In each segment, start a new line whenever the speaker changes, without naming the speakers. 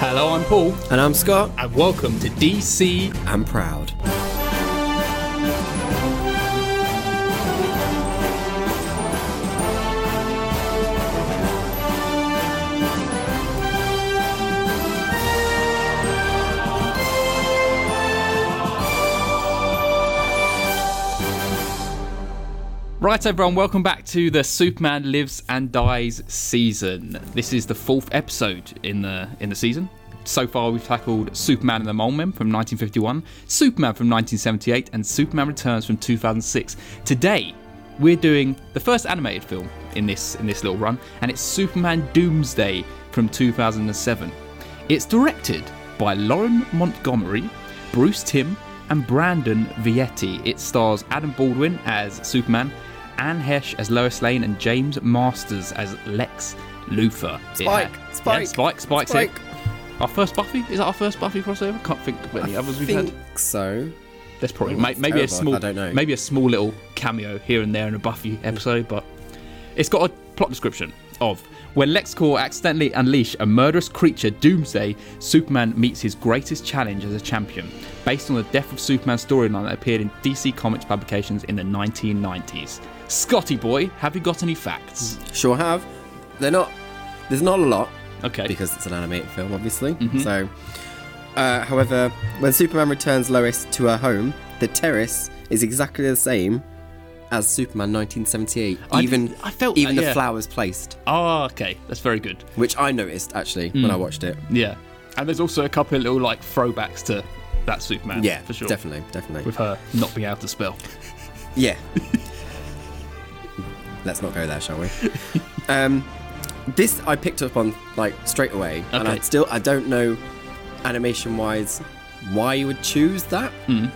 Hello, I'm Paul,
And I'm Scott.
and welcome to DC.
I'm proud.
Right, everyone, welcome back to the Superman Lives and Dies season. This is the fourth episode in the in the season. So far, we've tackled Superman and the Mole Men from 1951, Superman from 1978, and Superman Returns from 2006. Today, we're doing the first animated film in this in this little run, and it's Superman Doomsday from 2007. It's directed by Lauren Montgomery, Bruce Timm, and Brandon Vietti. It stars Adam Baldwin as Superman, Anne Hesh as Lois Lane, and James Masters as Lex Luthor. It
Spike,
ha-
Spike,
yeah, Spike, Spike's
Spike.
it. Our first Buffy? Is that our first Buffy crossover? I can't think of any others we've
think
had.
so.
That's probably
Oh,
may-
that's
maybe a
terrible.
small,
I don't know.
maybe a small little cameo here and there in a Buffy episode, but it's got a plot description of when LexCorp accidentally unleash a murderous creature, Doomsday. Superman meets his greatest challenge as a champion, based on the Death of Superman storyline that appeared in DC Comics publications in the 1990s. Scotty boy, have you got any facts?
Sure have. They're not. There's not a lot
Okay.
because it's an animated film, obviously.
Mm-hmm.
So, uh, however, when Superman returns Lois to her home, the terrace is exactly the same as Superman 1978.
I
even
did- I felt
even
that,
the
yeah.
flowers placed,
Ah, okay, that's very good.
which I noticed actually
Mm.
when I watched it.
Yeah, and there's also a couple of little like throwbacks to that Superman.
Yeah,
for sure.
definitely, definitely.
With her not being able to spell.
Yeah. Let's not go there, shall we? um, this I picked up on like straight away, and I
Okay.
still I don't know animation-wise why you would choose that.
Hmm.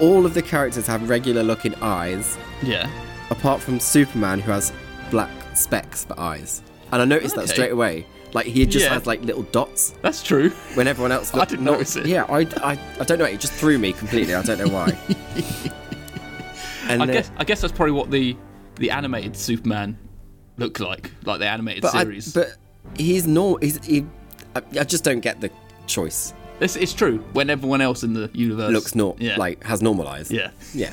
All of the characters have regular-looking eyes,
Yeah.
apart from Superman, who has black specks for eyes. And I noticed that
Okay.
straight away. Like he just
Yeah.
has like little dots
That's true.
when everyone else
I
looked
didn't
not-
notice it.
Yeah, I, I, I don't know. It just threw me completely. I don't know why. and uh,
I
then-
guess I guess that's probably what the the animated Superman looked like, like the animated
but
series.
I, but he's not. He's, he, I, I just don't get the choice.
it's, it's true. When everyone else in the universe
Looks not
yeah.
like has normalized.
yeah.
yeah.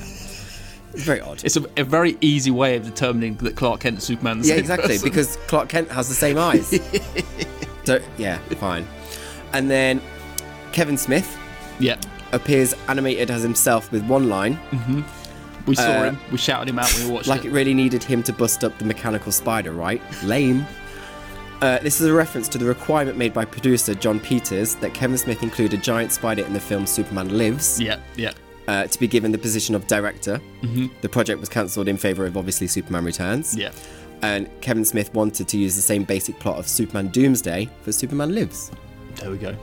It's very odd.
It's a, a very easy way of determining that Clark Kent is Superman. the
yeah,
same
exactly.
person.
Because Clark Kent has the same eyes. so yeah, fine. And then Kevin Smith
yeah,
appears animated as himself with one line,
we saw
Uh,
him. We shouted him out when we watched it.
like it really needed him to bust up the mechanical spider, right? Lame. Uh, this is a reference to the requirement made by producer John Peters that Kevin Smith include a giant spider in the film Superman Lives.
yeah, yeah,
uh, to be given the position of director. The project was cancelled in favour of obviously Superman Returns.
Mm-hmm. yeah.
And Kevin Smith wanted to use the same basic plot of Superman Doomsday for Superman Lives.
There we go.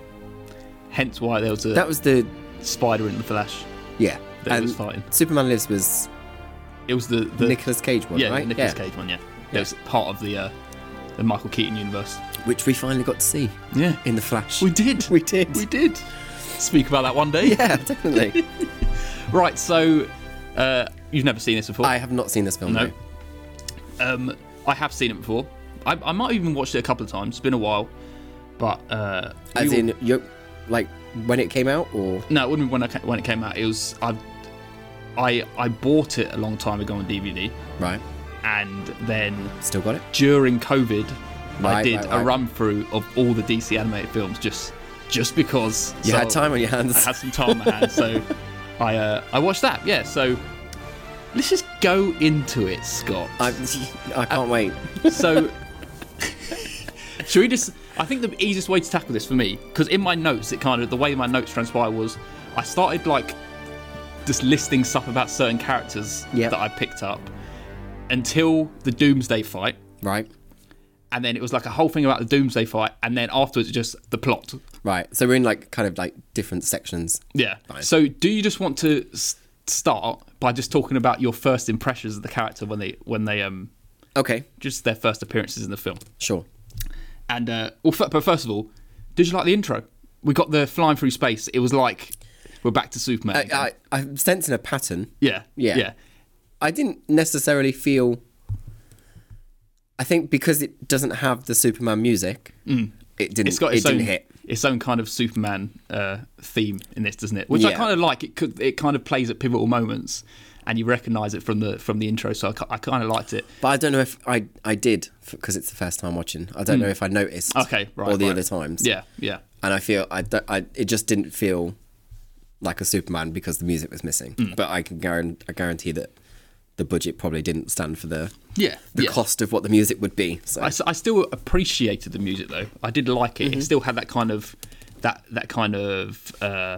Hence why there was a
That was the
spider in the Flash.
yeah.
That was fine.
Superman Lives was
It was the,
the
the
Nicolas Cage one,
yeah
right?
Nicolas
yeah.
Cage one. Yeah, that was part of the uh, the Michael Keaton universe.
Which we finally got to see
Yeah,
in the Flash.
We did.
We did.
We did. Speak about that one day.
yeah, definitely.
Right, so uh, you've never seen this before.
I have not seen this film.
No.
though.
um, I have seen it before. I, I might have even watched it a couple of times. It's been a while. But. Uh,
As
you-
in, you like when it came out, or
No, it wouldn't be when, I, ca- when it came out. It was. I, I, I bought it a long time ago on DVD.
right?
And then
Still got it.
during COVID, I
Right,
did
right,
a
right.
run through of all the DC animated films just just because.
You
So-
had time on your
I
hands.
had some time on my hands, so I uh, I watched that. Yeah, so let's just go into it, Scott.
I, I can't wait.
So should we just? I think the easiest way to tackle this for me, because in my notes, it kind of the way my notes transpire was, I started like just listing stuff about certain characters
Yep.
that I picked up until the Doomsday fight.
Right,
And then it was like a whole thing about the Doomsday fight, and then afterwards, just the plot.
right. So we're in like kind of like different sections.
Yeah. So, do you just want to s- start by just talking about your first impressions of the character when they when they um
Okay,
just their first appearances in the film?
sure.
And uh, well, f- but first of all, did you like the intro? We got the flying through space. It was like we're back to Superman.
I,
again.
I, I'm sensing a pattern.
yeah.
yeah.
Yeah.
I didn't necessarily feel. I think because it doesn't have the Superman music, it didn't.
Mm. It's got its
it
own.
didn't hit.
its own kind of Superman uh, theme in this, doesn't it? Which I
Yeah.
kind of like. It could, it kind of plays at pivotal moments, and you recognise it from the from the intro. So I, ki- I kind of liked it.
But I don't know if I I did because it's the first time watching. I don't know if I noticed.
Mm. Okay, right,
All the
right.
other times.
Yeah, yeah.
And I feel I, don't, I it just didn't feel like a Superman because the music was missing.
Mm.
But I can guarantee I guarantee that the budget probably didn't stand for the
Yeah,
the
yeah.
cost of what the music would be. So
I, s- I still appreciated the music though. I did like
Mm-hmm.
it. It still had that kind of that that kind of uh,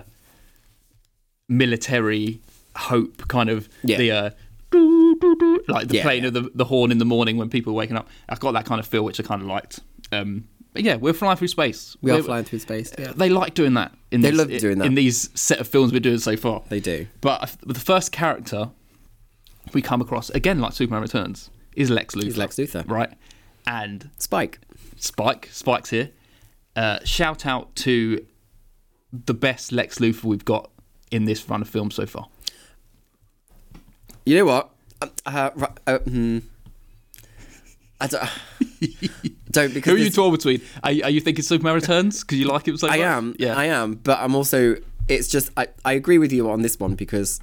military hope, kind of
Yeah.
the uh, doo, doo, doo, like the
Yeah,
playing
yeah.
of the, the horn in the morning when people are waking up. I got that kind of feel, which I kind of liked. Um, but yeah, we're flying through space.
We are
We're-
flying through space. Yeah.
They like doing that. In
They
this,
love doing that.
in these set of films we're doing so far.
they do.
But I th- the first character we come across again, like Superman Returns, is Lex Luthor.
Lex Luthor.
right? And
Spike.
Spike, Spike's here. Uh, shout out to the best Lex Luthor we've got in this run of films so far.
You know what? Uh, uh, ri- uh, hmm. I don't, don't because
Who are you
this-
torn between? Are, you- are you thinking Superman Returns because you like it so much?
I am.
Yeah.
I am. But I'm also. It's just I, I agree with you on this one because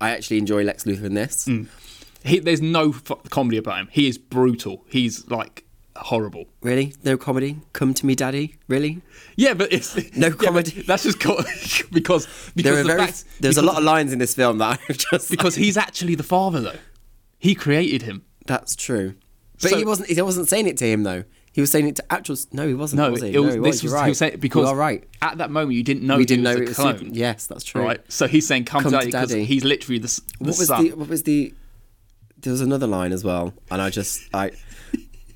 I actually enjoy Lex Luthor in this.
Mm. Hmm. he, there's no f- comedy about him. He is brutal. He's like horrible.
Really, no comedy. Come to me, daddy. Really,
Yeah, but it's
No
yeah, but
comedy.
that's just co- because because
there are
the
very
fact-
there's a
because-
lot of lines in this film that I've just
because he's actually the father though. He created him.
that's true. But
So-
he wasn't. He wasn't saying it to him though. He was saying it to actual. No, he wasn't.
No,
was he?
it was,
no, he
this was,
was, you're
he
right.
was saying because
you are right.
at that moment you didn't know
We
he
didn't know
was
it
a
was.
clone.
Super- yes, that's true.
Right. So he's saying, "Come,
Come to
daddy," because
daddy.
he's literally the, s- the
What was
son.
the? What was the? There was another line as well, and I just I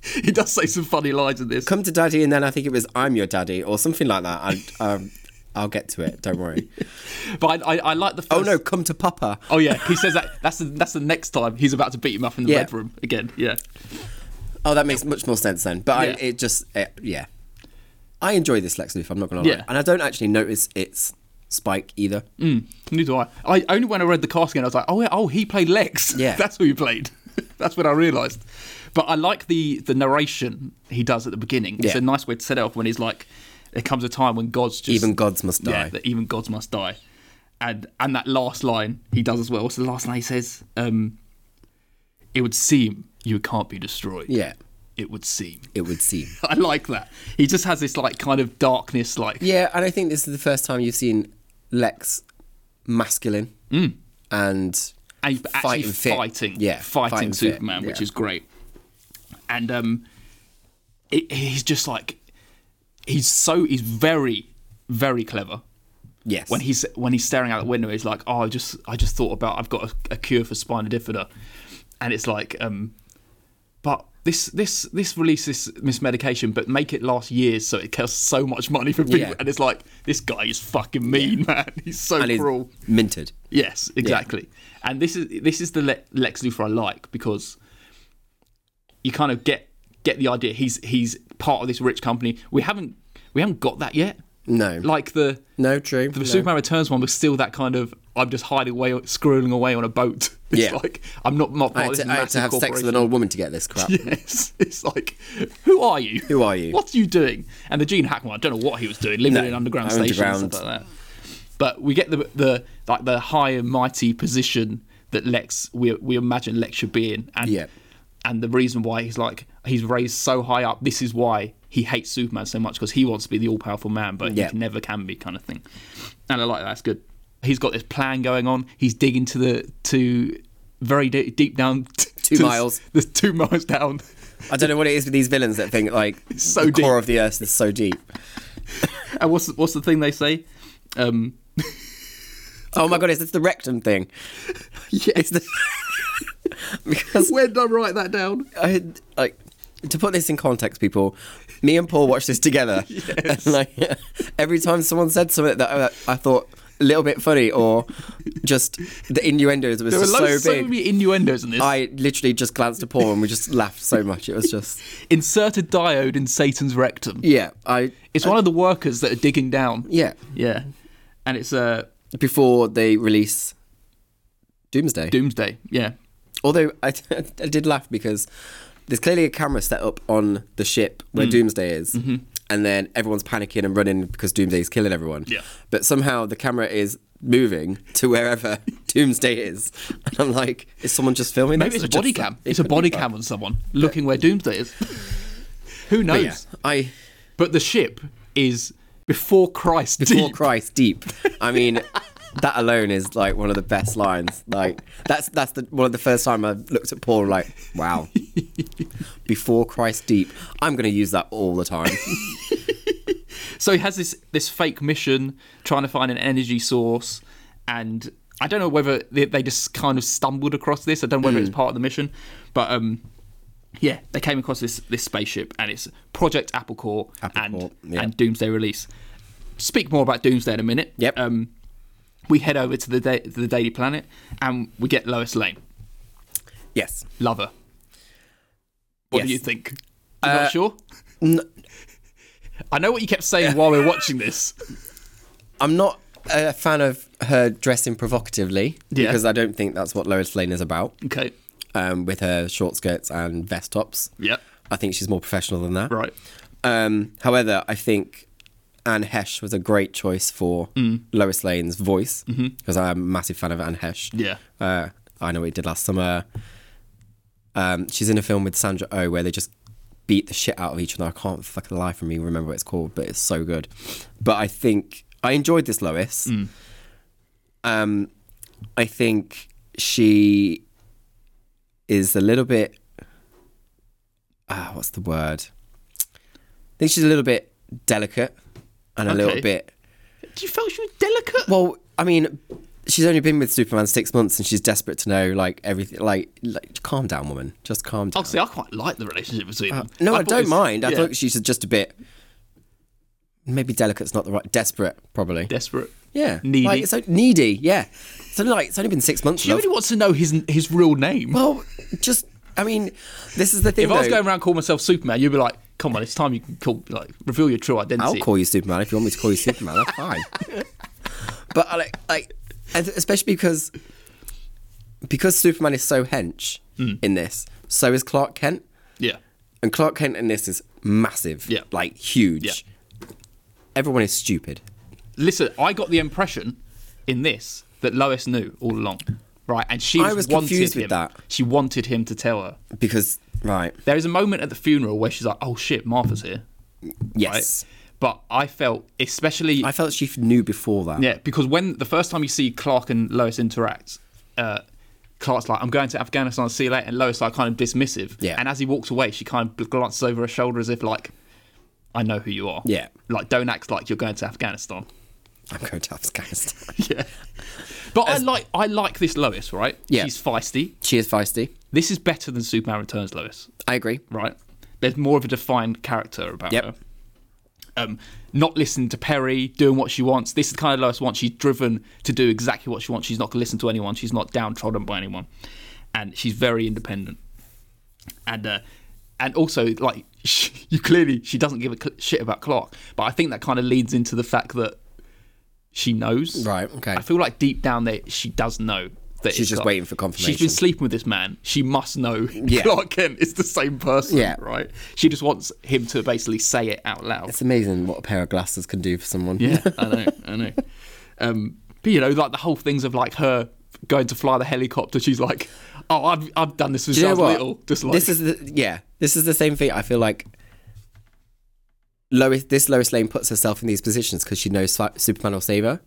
He does say some funny lines in this.
come to daddy, and then I think it was I'm your daddy or something like that. And um, I'll get to it. Don't worry.
But I, I, I like the. First,
oh no, come to papa.
Oh yeah, he says that. That's the, that's the next time he's about to beat him up in the
Yeah.
red room again. Yeah.
Oh, that makes much more sense then. But
Yeah.
I, it just it, yeah, I enjoy this Lex Luthor. I'm not gonna lie,
Yeah.
and I don't actually notice it's Spike either.
Mm, neither do I. I only when I read the casting, I was like, oh yeah, oh he played Lex.
Yeah.
that's who he played. that's when I realised. But I like the the narration he does at the beginning. It's
Yeah.
a nice way to set it off when he's like, there comes a time when God's just
Even gods must
yeah,
die.
that even gods must die. And and that last line he does as well. What's the last line he says? Um, it would seem you can't be destroyed.
Yeah,
It would seem.
it would seem.
I like that. He just has this like kind of darkness, like
Yeah, and I think this is the first time you've seen Lex masculine
Mm.
and
and he's actually
fighting fit.
fighting,
Yeah,
fighting,
fighting fit,
Superman, which
yeah.
is great. And um, it, he's just like he's so he's very very clever.
yes.
when he's when he's staring out the window, he's like, "Oh, I just I just thought about I've got a, a cure for spina bifida," and it's like, um, but this this this release this this medication, but make it last years so it costs so much money for people,
Yeah.
and it's like this guy is fucking mean, man. He's so
and he's
cruel.
minted.
Yes, exactly. And this is this is the Le- Lex Luthor I like because you kind of get get the idea he's he's part of this rich company. We haven't we haven't got that yet.
No,
Like the
no, true.
the
no.
Superman Returns one was still that kind of I'm just hiding away, screwing away on a boat. It's
Yeah.
like I'm not not part
I had
of Oh, this
to, I had
massive
to have sex with an
corporation.
old woman to get this crap.
Yes, it's like, who are you?
Who are you?
What are you doing? And the Gene Hackman, I don't know what he was doing, living
No,
in an underground station and
underground.
stuff like that. But we get the the like the high and mighty position that Lex we we imagine Lex should be in, and
Yeah.
and the reason why he's like he's raised so high up. This is why he hates Superman so much because he wants to be the all powerful man, but
Yeah.
he never can be, kind of thing. And I like that. That's good. He's got this plan going on. He's digging to the to very de- deep down t-
Two
to the-
miles.
The, two miles down.
I don't know what it is with these villains that think like
so
the core
deep.
of the earth is so deep.
And what's what's the thing they say? Um,
Oh my god, it's, it's the rectum thing. It's the because
Where did I write that down?
I had, like to put this in context, people. Me and Paul watched this together, and like every time someone said something that I, I thought a little bit funny or just the innuendos was
There were
just so
loads,
big.
so, many innuendos in this.
I literally just glanced at Paul and we just laughed so much. It was just
Insert a diode in Satan's rectum.
yeah. I
It's one of the workers that are digging down.
yeah.
Yeah, and it's uh,
Before they release Doomsday,
Doomsday. Yeah,
although I, I
Mm. Mm-hmm.
did laugh because there's clearly a camera set up on the ship where Doomsday is, and then everyone's panicking and running because Doomsday's killing everyone.
Yeah.
But somehow the camera is moving to wherever Doomsday is. And I'm like, is someone just filming
Maybe
this
it's
or
a body
just-
cam.
it
It's a
could be
body
that.
cam on someone looking where Doomsday is. Who
But
knows?
yeah, I
But the ship is before Christ.
before
deep.
Christ deep. I mean, that alone is like one of the best lines. Like that's that's the one of the first time I looked at Paul like, wow. Before Christ deep. I'm gonna use that all the time.
So he has this this fake mission trying to find an energy source, and I don't know whether they, they just kind of stumbled across this. I don't know whether
Hmm.
it's part of the mission, but um, yeah, they came across this this spaceship, and it's Project Apple Core and
Core, yeah.
and Doomsday Release. Speak more about Doomsday in a minute.
Yep.
Um, we head over to the da- to the Daily Planet, and we get Lois Lane.
yes.
Love her. What do
Yes. Uh,
you think? You not sure? I know what you kept saying while we were watching this.
I'm not a fan of her dressing provocatively
Yeah.
because I don't think that's what Lois Lane is about.
Okay.
Um, with her short skirts and vest tops.
Yep.
I think she's more professional than that.
Right.
Um, however, I think Anne Hesh was a great choice for Lois Lane's voice because I'm a massive fan of Anne Hesh.
Yeah.
Uh, I know what he did last summer. Um, she's in a film with Sandra O oh where they just beat the shit out of each other. I can't fucking lie for me remember what it's called, but it's so good. But I think I enjoyed this Lois. Um, I think she is a little bit. Ah, what's the word? I think she's a little bit delicate and a
Okay.
little bit.
Do you feel she was delicate?
Well, I mean, she's only been with Superman six months, and she's desperate to know like everything. Like, like calm down, woman. Just calm down.
Obviously, I quite like the relationship between them.
Uh, no, I,
thought it
don't
was-
mind. I
yeah,
think she's just a bit. Maybe delicate's not the right. Desperate, probably.
desperate.
yeah,
needy.
Like, it's so needy. Yeah. So like, it's only been six months.
She
love.
only wants to know his his real name.
Well, just. I mean, this is the thing.
if I was
though.
going around calling myself Superman, you'd be like, "Come on, it's time you can call, like reveal your true
I'll
identity."
call you Superman if you want me to call you Superman. That's fine. But I like, like, and especially because because Superman is so hench
Hmm.
in this, so is Clark Kent,
Yeah,
and Clark Kent in this is massive,
Yeah.
like huge. Everyone is stupid.
listen, I got the impression in this that Lois knew all along, right? And she
I
just
was
wanted
confused
him.
with that.
She wanted him to tell her.
Because right,
There is a moment at the funeral where she's like, "Oh shit, Martha's here," right?
yes,
But I felt, especially
I felt she knew before that.
Yeah, because when the first time you see Clark and Lois interact, uh, Clark's like, "I'm going to Afghanistan. See you later," and Lois like kind of dismissive.
Yeah.
And as he walks away, she kind of glances over her shoulder as if like, "I know who you are."
Yeah.
Like, don't act like you're going to Afghanistan.
I'm going to Afghanistan.
Yeah. But I like I like this Lois, right?
Yeah.
She's feisty.
she is feisty.
This is better than Superman Returns Lois,
I agree.
right? There's more of a defined character about
Yep.
her. um, not listening to Perry, doing what she wants. This is the kind of Lois wants. She's driven to do exactly what she wants. She's not going to listen to anyone. She's not downtrodden by anyone, and she's very independent. And uh, and also like she, you clearly she doesn't give a cl- shit about Clark. But I think that kind of leads into the fact that she knows.
Right, okay.
I feel like deep down there she does know. That
She's
it's
just
Clark.
waiting for
She's been
confirmation.
sleeping with this man. She must know
Yeah.
Clark Kent is the same person,
Yeah.
right? She just wants him to basically say it out loud.
It's amazing what a pair of glasses can do for someone.
Yeah, I know, I know. Um, but you know, like the whole things of like her going to fly the helicopter. She's like, "Oh, I've I've done this since
Do you
I
know
was
what?
little." Just like,
this is the, yeah, this is the same thing. I feel like Lois, this Lois Lane puts herself in these positions because she knows Su- Superman will save her.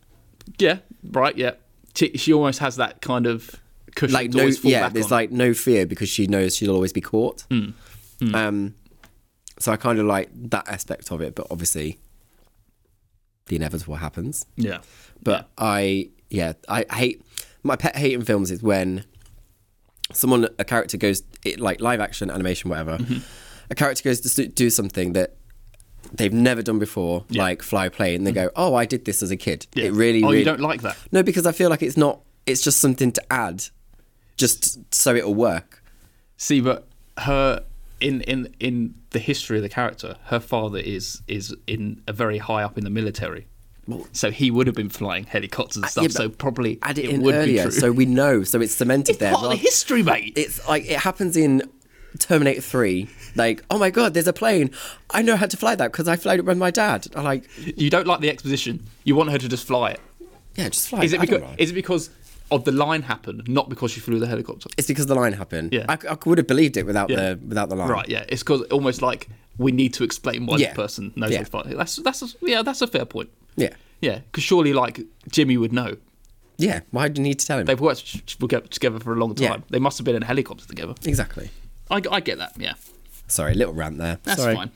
yeah, right, yeah. She, she almost has that kind of cushion.
Like
to
no,
always fall
yeah,
back
there's
on. Hmm.
like no fear because she knows she'll always be caught. Um, so I kind of like that aspect of it, but obviously, the inevitable happens.
yeah,
But I, yeah, I hate my pet hate in films is when someone a character goes it, like live action animation whatever,
Mm-hmm.
a character goes to s- do something that they've never done before, like fly a plane, and they go, "Oh, I did this as a kid."
Mm-hmm. yeah.
It really,
Oh,
really
you don't like that?
no, because I feel like it's not. It's just something to add, just so it'll work.
See, but her in in in the history of the character, her father is is in a very high up in the military. So he would have been flying helicopters and stuff.
uh, yeah, but
so probably
Add it,
it
in
would
earlier,
be true.
so we know. So it's cemented
it's
there.
part of
rather-
the history, mate.
it's like it happens in Terminator 3, like, oh my god, there's a plane. I know how to fly that because I flew it with my dad. I'm like,
You don't like the exposition. You want her to just fly it.
yeah, just fly.
Is it
I don't
because
mind.
is it because of the line happened, not because she flew the helicopter?
It's because the line happened.
Yeah.
I, would have believed it without
Yeah.
the without the line.
Right, yeah. It's because almost like we need to explain why
Yeah.
this person knows
Yeah.
yeah. That's that's a, yeah, that's a fair point.
Yeah.
Yeah, because surely like Jimmy would know.
Yeah. Why do you need to tell him?
They've worked t- t- together for a long
Yeah.
time. They must have been in a helicopter together.
Exactly.
I, I get that. Yeah,
Sorry, little rant there.
that's
Sorry.
fine.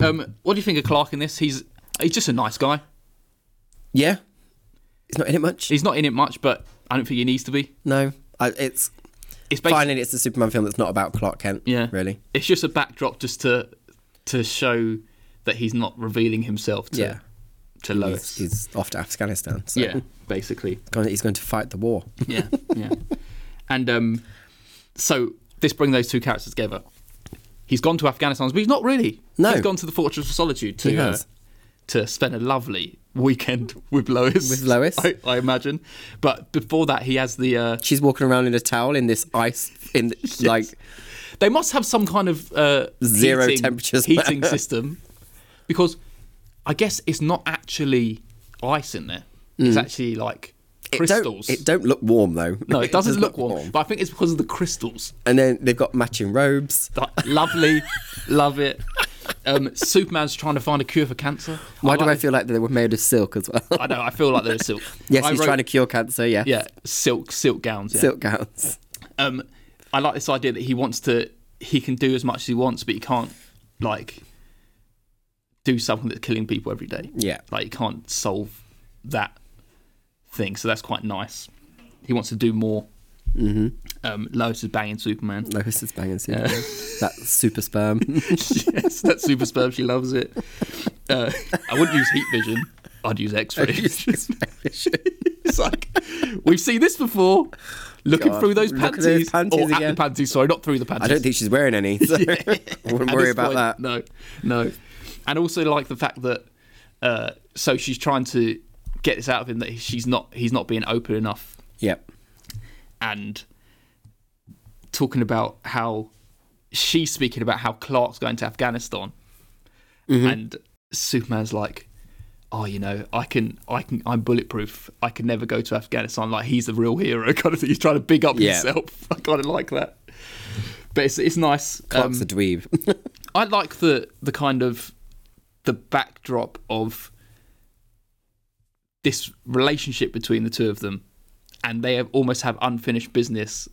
Um, what do you think of Clark in this? He's he's just a nice guy.
Yeah. It's not in it much.
He's not in it much, but I don't think he needs to be.
no. I, it's
It's basically
finally it's the Superman film that's not about Clark Kent.
Yeah.
Really.
it's just a backdrop just to to show that he's not revealing himself to
Yeah.
to
He's,
Lois.
he's off to Afghanistan. So
yeah, basically.
Going- He's going to fight the war.
Yeah, yeah. and um, so this brings those two characters together. He's gone to Afghanistan, but he's not really.
No.
he's gone to the Fortress of Solitude
He
to uh,
has.
to spend a lovely weekend with Lois.
With Lois.
I, I imagine. But before that, he has the. Uh,
She's walking around in a towel in this ice in the- like
they must have some kind of uh,
Zero
heating,
temperatures.
heating system, because I guess it's not actually ice in there. It's actually like
Mm. it
crystals.
don't, it don't look warm though.
no, it, doesn't
does
look warm, but I think it's because of the crystals.
And then they've got matching robes.
Like, lovely, love it. Um, Superman's trying to find a cure for cancer.
Why do I
like-
feel like they were made of silk as well?
I know. I feel like there's silk.
yes,
I
he's
wrote-
trying to cure cancer. Yes.
Yeah, silk, silk gowns. Yeah.
silk gowns.
um, I like this idea that he wants to, he can do as much as he wants, but he can't like do something that's killing people every day.
Yeah.
like he can't solve that thing. So that's quite nice. He wants to do more. Mm-hmm. Um, Lois is banging Superman.
Lois is banging super. that super sperm.
yes, that super sperm. She loves it. Uh, I wouldn't use heat vision. I'd use X-ray. it's like we've seen this before. Looking
God,
through those
look at
panties,
those panties
or at
again.
the panties. Sorry, not through the panties.
I don't think she's wearing any. So I wouldn't
At
worry
this
about
point,
that.
No, no. And also like the fact that uh, so she's trying to get this out of him that she's not he's not being open enough
Yep.
and talking about how she's speaking about how Clark's going to Afghanistan and Superman's like oh you know I can I can I'm bulletproof I can never go to Afghanistan like he's the real hero kind of thing he's trying to big up
Yeah.
himself I kind of like that but it's it's nice
Clark's
Um,
a dweeb.
I like the the kind of the backdrop of this relationship between the two of them, and they have, almost have unfinished business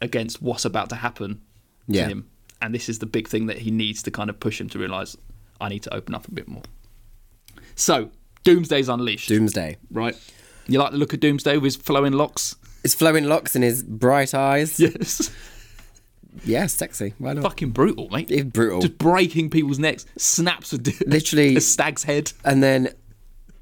against what's about to happen
Mm-hmm. Yeah.
to him. And this is the big thing that he needs to kind of push him to realize I need to open up a bit more. So, Doomsday's unleashed,
Doomsday.
right? You like the look of Doomsday with his flowing locks?
His flowing locks and his bright eyes. Yeah,
Yes,
sexy. Why not?
fucking brutal, mate.
It's brutal.
Just breaking people's necks, snaps a,
Literally-
a stag's head.
and then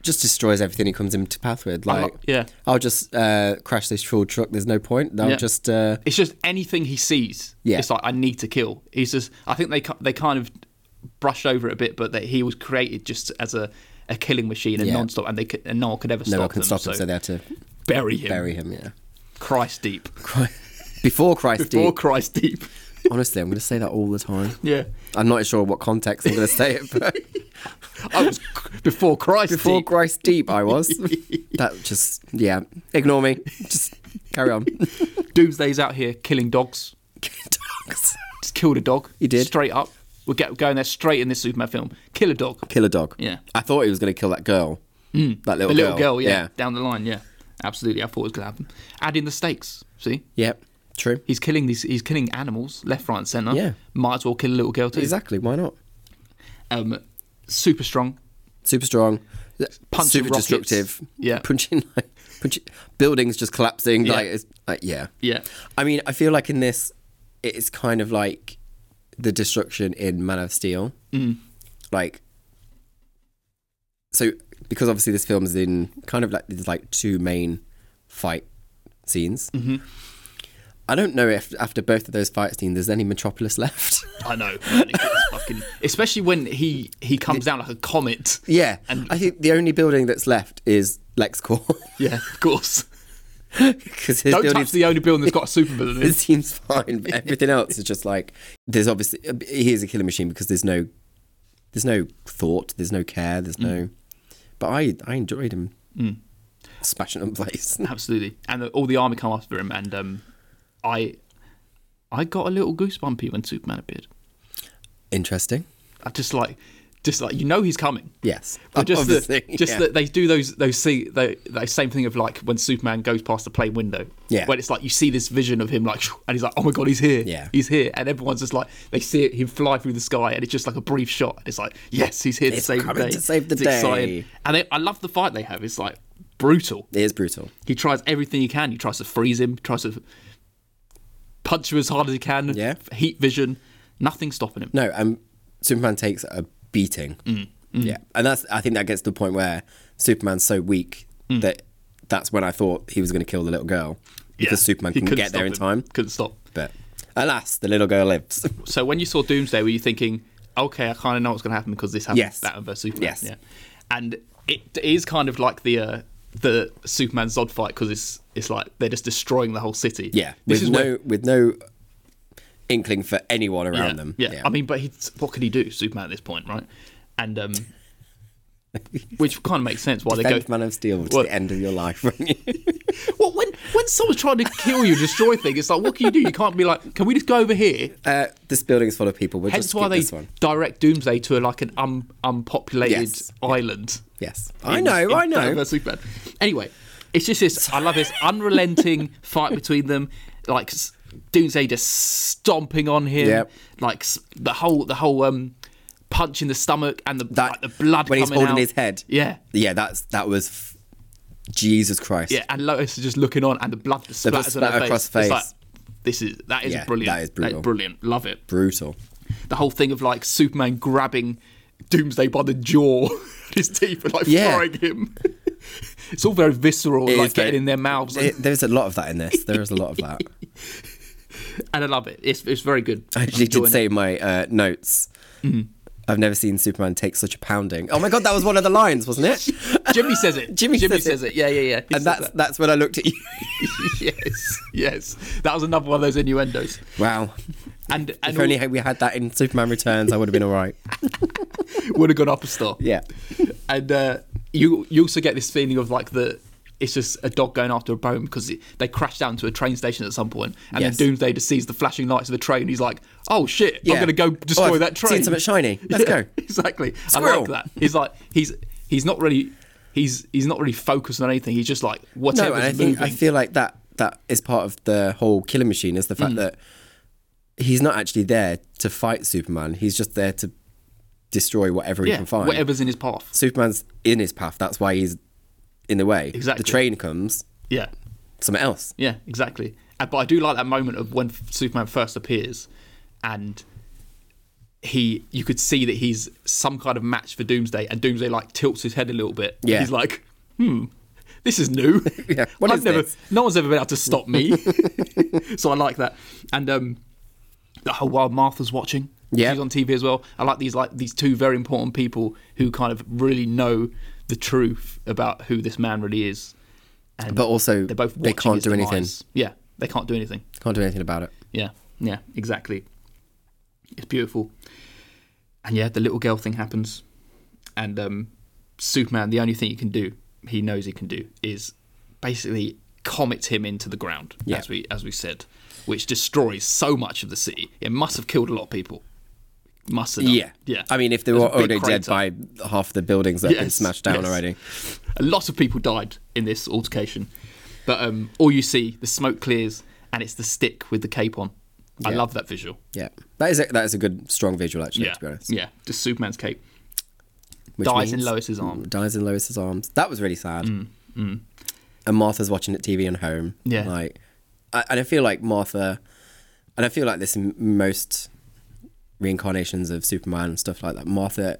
just destroys everything he comes into path with. Like,
lo- yeah.
I'll just uh, crash this fuel truck. There's no point. I'll
Yeah.
just. Uh,
It's just anything he sees.
Yeah.
It's like I need to kill. He's just. I think they ki- they kind of brushed over it a bit, but that he was created just as a, a killing machine and
Yeah.
non-stop, and they could, and no one could ever stop
no one can
them.
stop
so
him, so they had to
bury him.
bury him. Yeah.
Christ deep.
Cry- Before Christ
Or
deep.
Christ deep.
Honestly, I'm going to say that all the time.
Yeah.
I'm not sure what context I'm going to say it, but
I was before Christ
before
deep.
Christ deep, I was. that just, yeah. Ignore me. Just carry on.
Doomsday's out here killing dogs.
Dogs.
Just killed a dog.
He did.
straight up. We're get, going there straight in this Superman film. Kill a dog.
Kill a dog.
Yeah. Hmm.
I thought he was going to kill that girl. That little
The
girl.
little girl, yeah, down the line, yeah, absolutely. I thought it was gonna happen. Add in the stakes. See,
Yeah. Yep. True.
He's killing these. He's killing animals left, right, and centre.
Yeah.
Might as well kill a little girl too.
Exactly. Why not?
Um, super strong.
Super strong.
Punching
super
rockets.
destructive.
Yeah.
Punching, like, punching buildings just collapsing.
Yeah.
Like, it's, like, yeah.
Yeah.
I mean, I feel like in this, it's kind of like the destruction in Man of Steel. Mm. Like, so because obviously this film is in kind of like there's like two main fight scenes. Mm-hmm. I don't know if after both of those fight scenes there's any Metropolis left.
I know. man, it gets fucking, especially when he he comes down like a comet.
yeah,
And-
I think the only building that's left is LexCorp.
Yeah, of course.
because his
Don't
building
touch the only building that's got a supervillain in
it
it.
seems fine, but everything else is just like there's obviously he is a killer machine because there's no there's no thought, there's no care, there's
Mm.
no. But I I enjoyed him smashing on place.
Absolutely. And the, all the army come after him, and um, I I got a little goosebumpy when Superman appeared.
Interesting.
I just like, just like you know he's coming.
Yes,
But just the,
Obviously,
just
yeah.
that they do those those see they, that same thing of like when Superman goes past the plane window.
Yeah.
When it's like you see this vision of him like and he's like, Oh my god, he's here.
Yeah.
He's here. And everyone's just like they see it, him fly through the sky and it's just like a brief shot and it's like, Yes, he's here
He's
to save the
coming
day.
to save the
it's
day.
exciting. And they, I love the fight they have. It's like brutal.
It is brutal.
He tries everything he can. He tries to freeze him, tries to punch him as hard as he can,
Yeah.
heat vision, nothing's stopping him.
No, um, Superman takes a beating.
Mm,
Yeah, and that's I think that gets to the point where Superman's so weak
Mm.
that that's when I thought he was going to kill the little girl because Superman
He
couldn't
couldn't
get there
stop
in
him.
time.
Couldn't stop.
But alas, the little girl lives.
So when you saw Doomsday, were you thinking, okay, I kind of know what's going to happen because this happened,
Yes.
that and versus Superman,
Yes.
yeah, and it is kind of like the uh, the Superman Zod fight because it's it's like they're just destroying the whole city.
Yeah,
this
with
is
no
where,
with no inkling for anyone around
yeah,
them.
Yeah. I mean, but he, what could he do, Superman at this point, right? And um, which kind of makes sense why they go.
Defend Man of Steel to
Well-
the end of your life. won't you?
Well, when when someone's trying to kill you, destroy things, it's like, what can you do? You can't be like, can we just go over here?
uh, this building is full of people. We'll
Hence
just skip
why they
this one.
direct Doomsday to like an un- unpopulated
Yes.
island.
Yes, I
in-
know,
in
I
Batman
know.
vs Superman. Anyway, it's just this. I love this unrelenting fight between them. Like s- Doomsday just stomping on him.
Yep.
Like s- the whole the whole um punch in the stomach and the
That
like, the blood
when he's
coming
holding
out.
his head.
Yeah.
Yeah, that's that was f- Jesus Christ.
Yeah, and Lois is just looking on, and the blood just
The blood
splatters on her
splatter
face.
across
It's
face.
like, this is that is
Yeah,
brilliant.
that is brutal.
brilliant. Love it.
brutal.
the whole thing of like Superman grabbing Doomsday by the jaw, his teeth, and like
Yeah.
throwing him. it's all very visceral,
It
like
is
getting
very-
in their mouths,
It- there's a lot of that in this. There is a lot of that.
and I love it. It's it's very good.
I actually
Enjoying
did
it. Mm-hmm.
say in my uh, notes. I've never seen Superman take such a pounding. Oh my god, that was one of the lines, wasn't it?
Jimmy says it.
Jimmy
Jimmy
says it.
says it. Yeah, yeah, yeah. He says
And that's that's when I looked at you.
that. yes, yes. That was another one of those innuendos.
Wow.
And and
If only we had that in Superman Returns, I would have been all right.
would have gone up a star.
Yeah.
and uh, you you also get this feeling of like the it's just a dog going after a bone because it, they crash down to a train station at some point, and
Yes.
then Doomsday just sees the flashing lights of the train. He's like, "Oh shit,
Yeah.
I'm gonna go
Oh,
destroy
I've
that train."
seen something shiny. Let's
Yeah,
go.
Exactly. I
Squirrel.
like that. He's like he's he's not really he's he's not really focused on anything. He's just like
No,
whatever's
and I
moving.
think I feel like that that is part of the whole killer machine is the
Mm.
fact that he's not actually there to fight Superman. He's just there to destroy whatever he
yeah,
can find.
whatever's in his path.
Superman's in his path. That's why he's in the way.
Exactly.
The train comes,
Yeah,
something else.
yeah, exactly. Uh, But I do like that moment of when Superman first appears, and he you could see that he's some kind of match for Doomsday, and Doomsday like tilts his head a little bit.
Yeah.
He's like, hmm, this is new.
Yeah, what
I've
is
never
this?
no one's ever been able to stop me. so I like that. And um the whole while Martha's watching.
Yeah.
She's on TV as well. I like these like these two very important people who kind of really know the truth about who this man really is. And
But also,
they're both
they
watching
can't
his
do anything.
demise. Yeah, they can't do anything.
Can't do anything about it.
Yeah, yeah, exactly. It's beautiful. And yeah, the little girl thing happens. And um, Superman, the only thing he can do, he knows he can do, is basically comet him into the ground,
Yeah.
as we as we said, which destroys so much of the city. It must have killed a lot of people. Must have. done.
Yeah.
yeah.
I mean, if they
There's
were
a big
already dead
crater.
by half the buildings that have been
Yes,
smashed down
yes.
already.
A lot of people died in this altercation, but um, all you see, the smoke clears, and it's the stick with the cape on. I
Yeah.
love that visual.
Yeah. That is a, that is a good, strong visual, actually,
yeah,
to be honest.
yeah, just Superman's cape.
Which
dies in
means-
Lois's arm. Mm,
Dies in Lois's arms. That was really sad. And Martha's watching it TV and home.
Yeah.
Like, I, and I feel like Martha, and I feel like this in most reincarnations of Superman and stuff like that. Martha,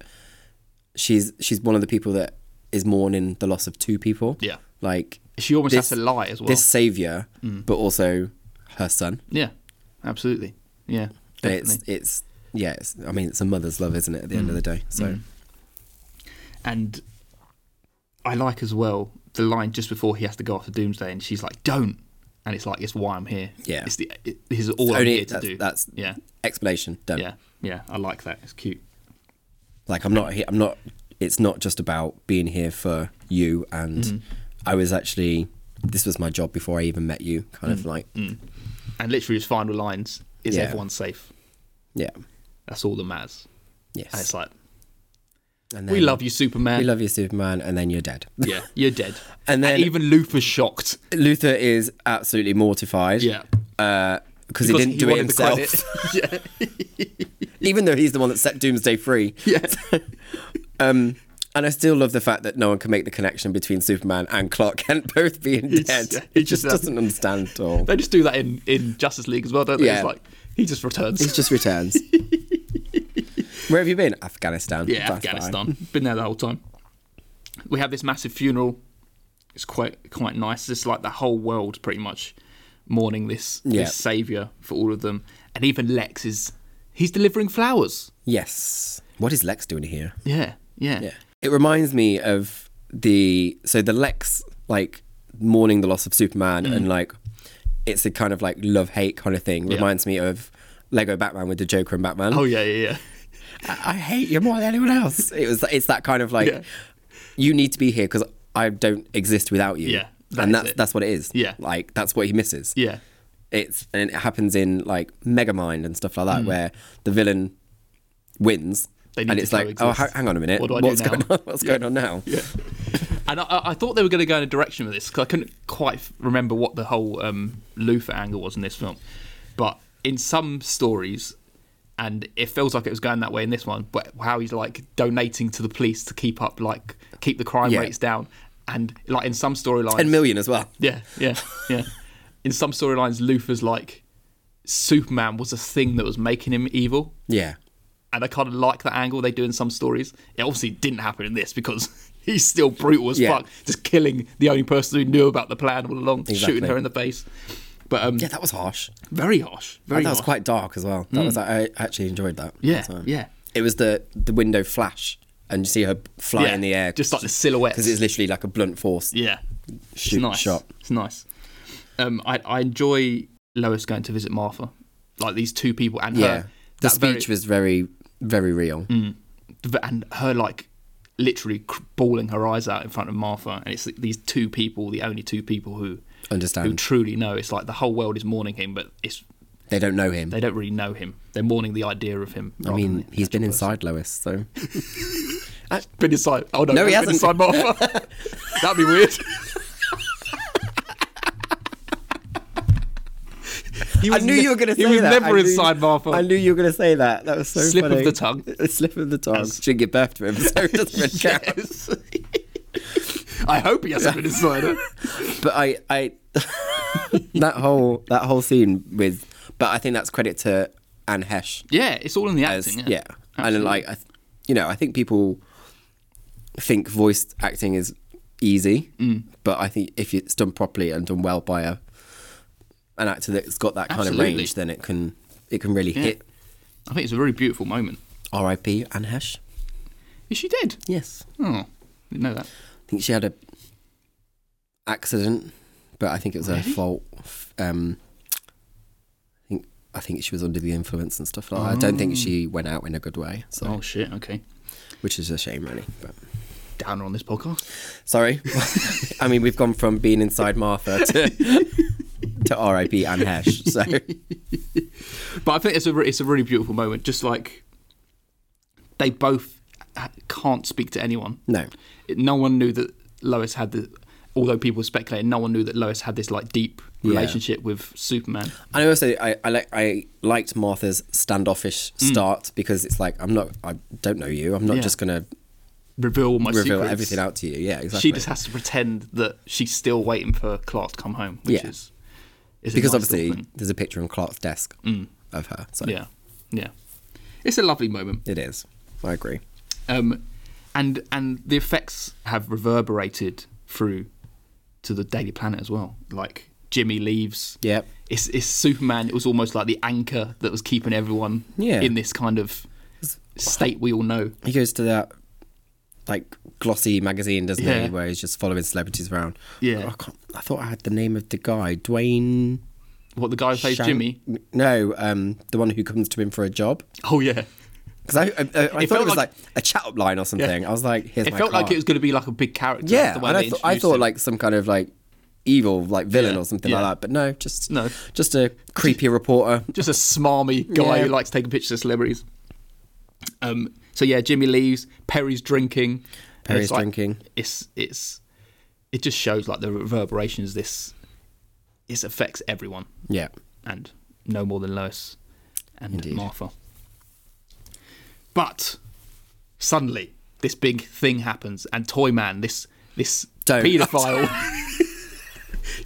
she's she's one of the people that is mourning the loss of two people.
Yeah.
Like
She almost
this-
has to lie as well. Mm.
this savior, but also her son.
yeah, absolutely. Yeah,
And
definitely. Mm.
it's it's yeah. It's, I mean, it's a mother's love, isn't it? At the end of the day, so
and I like as well the line just before he has to go off to Doomsday, and she's like, "Don't," and it's like, "It's why I'm here."
Yeah.
it's the it, this is all I'm
Only-
here to
that's-
do.
that's-
yeah,
Explanation done.
yeah, yeah. I like that. It's cute.
Like I'm not. he- I'm not. It's not just about being here for you. And
Mm.
I was actually. This was my job before I even met you. Kind
Mm.
of like.
And literally, his final lines is
Yeah.
"Everyone's safe."
Yeah.
That's all that matters.
Yes.
And it's like,
And
"We
then-
love you, Superman."
We love you, Superman, and then you're dead.
yeah, you're dead.
And then-
even Luther's shocked.
Luther is absolutely mortified.
Yeah.
Uh, because he
Because
didn't do it
wanted the
himself,
credit.
even though he's the one that set Doomsday free.
yeah, yeah.
Um, and I still love the fact that no one can make the connection between Superman and Clark Kent both being dead.
yeah,
He
it's just-
just doesn't understand at all.
They just do that in, in Justice League as well, don't they?
Yeah.
It's like he just returns.
He just returns. Where have you been? Afghanistan.
Yeah,
That's fine.
Afghanistan. Been there the whole time. We have this massive funeral. It's quite quite nice. It's like the whole world pretty much mourning this,
Yeah.
this savior for all of them, and even Lex is he's delivering flowers.
Yes. What is Lex doing here?
Yeah, yeah,
Yeah. It reminds me of the so the Lex like mourning the loss of Superman
Mm.
and like it's a kind of like love hate kind of thing. Reminds me of Lego Batman with the Joker and Batman.
Oh yeah, yeah, yeah.
I, I hate you more than anyone else. It was it's that kind of like
Yeah.
you need to be here because I don't exist without you.
Yeah, that
and
is
that's
it.
that's what it is.
Yeah.
like that's what he misses.
yeah.
It's and it happens in like Megamind and stuff like that where the villain wins.
Hmm. They need
and
to
it's like, oh,
coexist.
ha- hang on a minute.
What do I do
What's
now?
going on? What's going on now?
Yeah. And I, I thought they were going to go in a direction with this because I couldn't quite f- remember what the whole um, Luther angle was in this film. But in some stories, and it feels like it was going that way in this one, but how he's like donating to the police to keep up, like, keep the crime
Yeah.
rates down. And like in some storylines.
10 million as well.
Yeah, yeah, yeah. in some storylines, Luther's like, Superman was a thing that was making him evil
Yeah.
and I kind of like that angle they do in some stories. It obviously didn't happen in this because he's still brutal as
Yeah.
fuck, just killing the only person who knew about the plan all along,
Exactly.
shooting her in the face. But um,
Yeah, that was harsh.
very harsh, very
that was
harsh. Hmm.
quite dark as well. That was I actually enjoyed that.
Yeah,
So-
yeah.
It was the the window flash and you see her fly
Yeah,
in the air
just like the silhouettes.
because it's literally like a blunt force.
yeah,
Shoot,
it's nice.
shot.
It's nice. Um, I, I enjoy Lois going to visit Martha, like these two people and
Yeah.
her.
The
that Hmm.
speech was very very real.
v- and her like literally cr- bawling her eyes out in front of Martha, and it's like, these two people, the only two people who
Understand.
who truly know. It's like the whole world is mourning him, but it's
They don't know him.
they don't really know him. They're mourning the idea of him.
I mean, he's been inside Lois, so
been inside. Oh no,
No, he
he's been
hasn't.
Inside Martha. That'd be weird. He
I
was
knew
ne-
you were going to say
he was
that. I
never
knew-
inside Martha.
I knew you were going to say that. That was so
Slip of
funny.
the tongue.
A slip of the tongue. She didn't give birth to him, so it doesn't really count.
Yes. I hope he hasn't been inside her.
but I, I that whole that whole scene with, but I think that's credit to Anne Hesh.
Yeah, it's all in the
As,
acting.
yeah, and
Absolutely.
like I, th- you know, I think people think voice acting is easy,
Mm.
but I think if it's done properly and done well by a an actor that's got that kind
Absolutely.
of range, then it can it can really hit.
I think it's a very beautiful moment.
R.I.P. Anne Hesh.
Is she dead?
Yes,
Oh, didn't know that.
I think she had a accident, but I think it was her fault. F- Um, I think I think she was under the influence and stuff like that. I don't think she went out in a good way, so
Oh shit. Okay.
which is a shame, really. But
Downer on this podcast.
sorry, I mean we've gone from being inside Martha to to R.I.P. Anne Hesh. So
But I think it's a re- it's a really beautiful moment. Just like they both ha- can't speak to anyone.
no,
It- no one knew that Lois had the. Although people speculated, no one knew that Lois had this like deep relationship with Superman.
And I also I I, like I liked Martha's standoffish start because it's like I'm not I don't know you. I'm not
Mm. Yeah.
just gonna
Reveal all my
reveal
secrets.
everything out to you. Yeah, exactly.
She just has to pretend that she's still waiting for Clark to come home, which
Yeah.
is, is a
because
nice little
obviously
thing. Mm.
there's a picture on Clark's desk of her. So
yeah, yeah, it's a lovely moment.
it is. I agree.
um, and and the effects have reverberated through to the Daily Planet as well. Like Jimmy leaves.
Yep.
It's, it's Superman. It was almost like the anchor that was keeping everyone
Yeah.
in this kind of state we all know.
He goes to that like glossy magazine, doesn't
Yeah.
he? Where he's just following celebrities around.
Yeah.
I, can't, I thought I had the name of the guy, Dwayne.
What the guy who plays
Shan-
Jimmy?
No, um, the one who comes to him for a job.
Oh yeah.
Because I, I, I, I thought
felt
it was
like-
like, a chat up line or something. I was like, here's
It
my
felt like
card.
it was going to be like a big character. the
Yeah, and
way
I,
they
thought I
introduced
thought
him.
like some kind of like evil like villain
Yeah,
or something
yeah.
like that. But no, just
No.
just a creepy reporter.
just a smarmy guy
Yeah.
who likes taking pictures of celebrities. Um, so yeah, Jimmy leaves. Perry's drinking. and
Perry's
it's like-
drinking.
It's it's it just shows like the reverberations. This this affects everyone,
Yeah,
and no more than Lois and
Indeed.
Martha. But suddenly, this big thing happens, and Toyman, this this
Don't.
paedophile,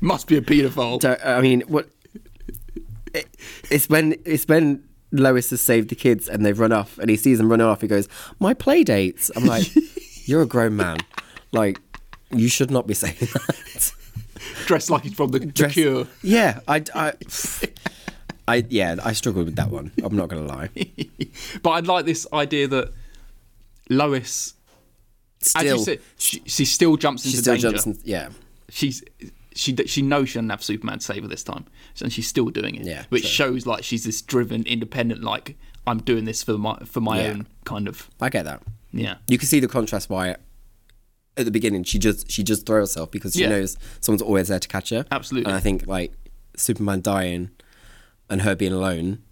must be a paedophile.
so I mean, what? It, it's when it's when Lois has saved the kids and they've run off, and he sees them running off. He goes, "My play dates." I'm like, "You're a grown man. Like, you should not be saying that."
Dressed like he's from the, the
Dress-
Cure.
Yeah, I, I, I, yeah, I struggled with that one. I'm not gonna lie.
but I'd like this idea that Lois, as
Still,
you said, she, she still jumps
she
into
still
danger.
jumps. In, yeah,
She's she she knows she doesn't have Superman to save her this time, so she's still doing it.
Yeah,
which
true.
shows like she's this driven, independent. Like I'm doing this for my for my
Yeah.
own kind of
I get that.
yeah.
you can see the contrast why at the beginning she just she just throws herself because she
Yeah.
knows someone's always there to catch her
Absolutely.
and i think like superman dying and her being alone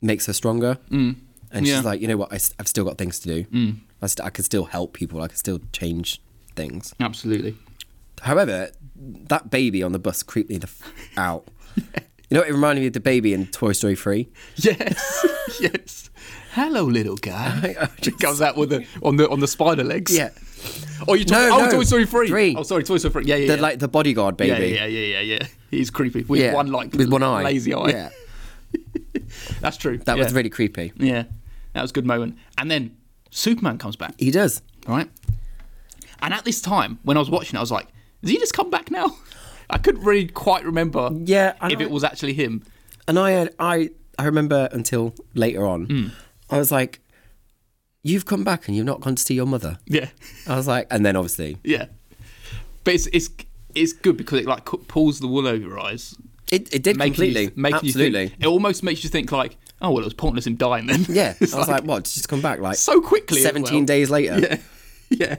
makes her stronger mm. and
Yeah.
she's like you know what I, have still got things to do mm. I, st- I can still help people i can still change things
Absolutely.
however that baby on the bus creeped me the f- out you know what it reminded me of the baby in toy story 3
Yes. yes. Hello, little guy.
I
She comes out with the on the on the spider legs.
yeah
Oh, you
No,
talking? oh,
no.
Toy Story three.
Three.
Oh, sorry, Toy Story three. Yeah, yeah,
they're
yeah.
like the bodyguard
yeah,
baby
yeah, yeah, yeah, yeah. He's creepy with
Yeah,
one like
with one eye
lazy eye.
yeah
That's true.
that
yeah.
was really creepy
Yeah, that was a good moment. And then Superman comes back,
he does
right? And at this time, when I was watching, I was like, "Has he just come back now?" I couldn't really quite remember.
Yeah, I
if
know.
it was actually him.
and I had, I I remember until later on,
Hmm.
I was like, "You've come back and you've not gone to see your mother."
Yeah,
I was like, and then obviously
yeah. But it's it's it's good because it like cu- pulls the wool over your eyes,
it, it did completely,
you, making
absolutely,
You think, it almost makes you think like, "Oh well, it was pointless him dying then."
yeah.
It's
I was like, "What? Just come back like
so quickly. as
seventeen
well.
days later?"
yeah, yeah.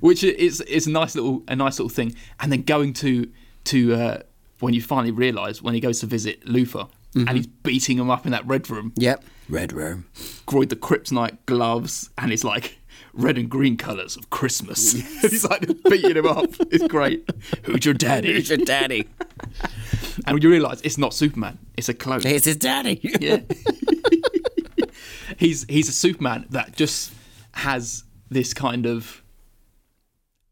Which i- is is a nice little a nice little thing. And then going to to uh, when you finally realise when he goes to visit Luther
Mm-hmm.
and he's beating him up in that red room,
Yep. Red room.
Groyd the Kryptonite gloves, and it's like red and green colours of Christmas. he's like beating him up. It's great. Who's your daddy?
It's your daddy.
And you realise it's not Superman. It's a clone.
it's his daddy.
Yeah. he's he's a Superman that just has this kind of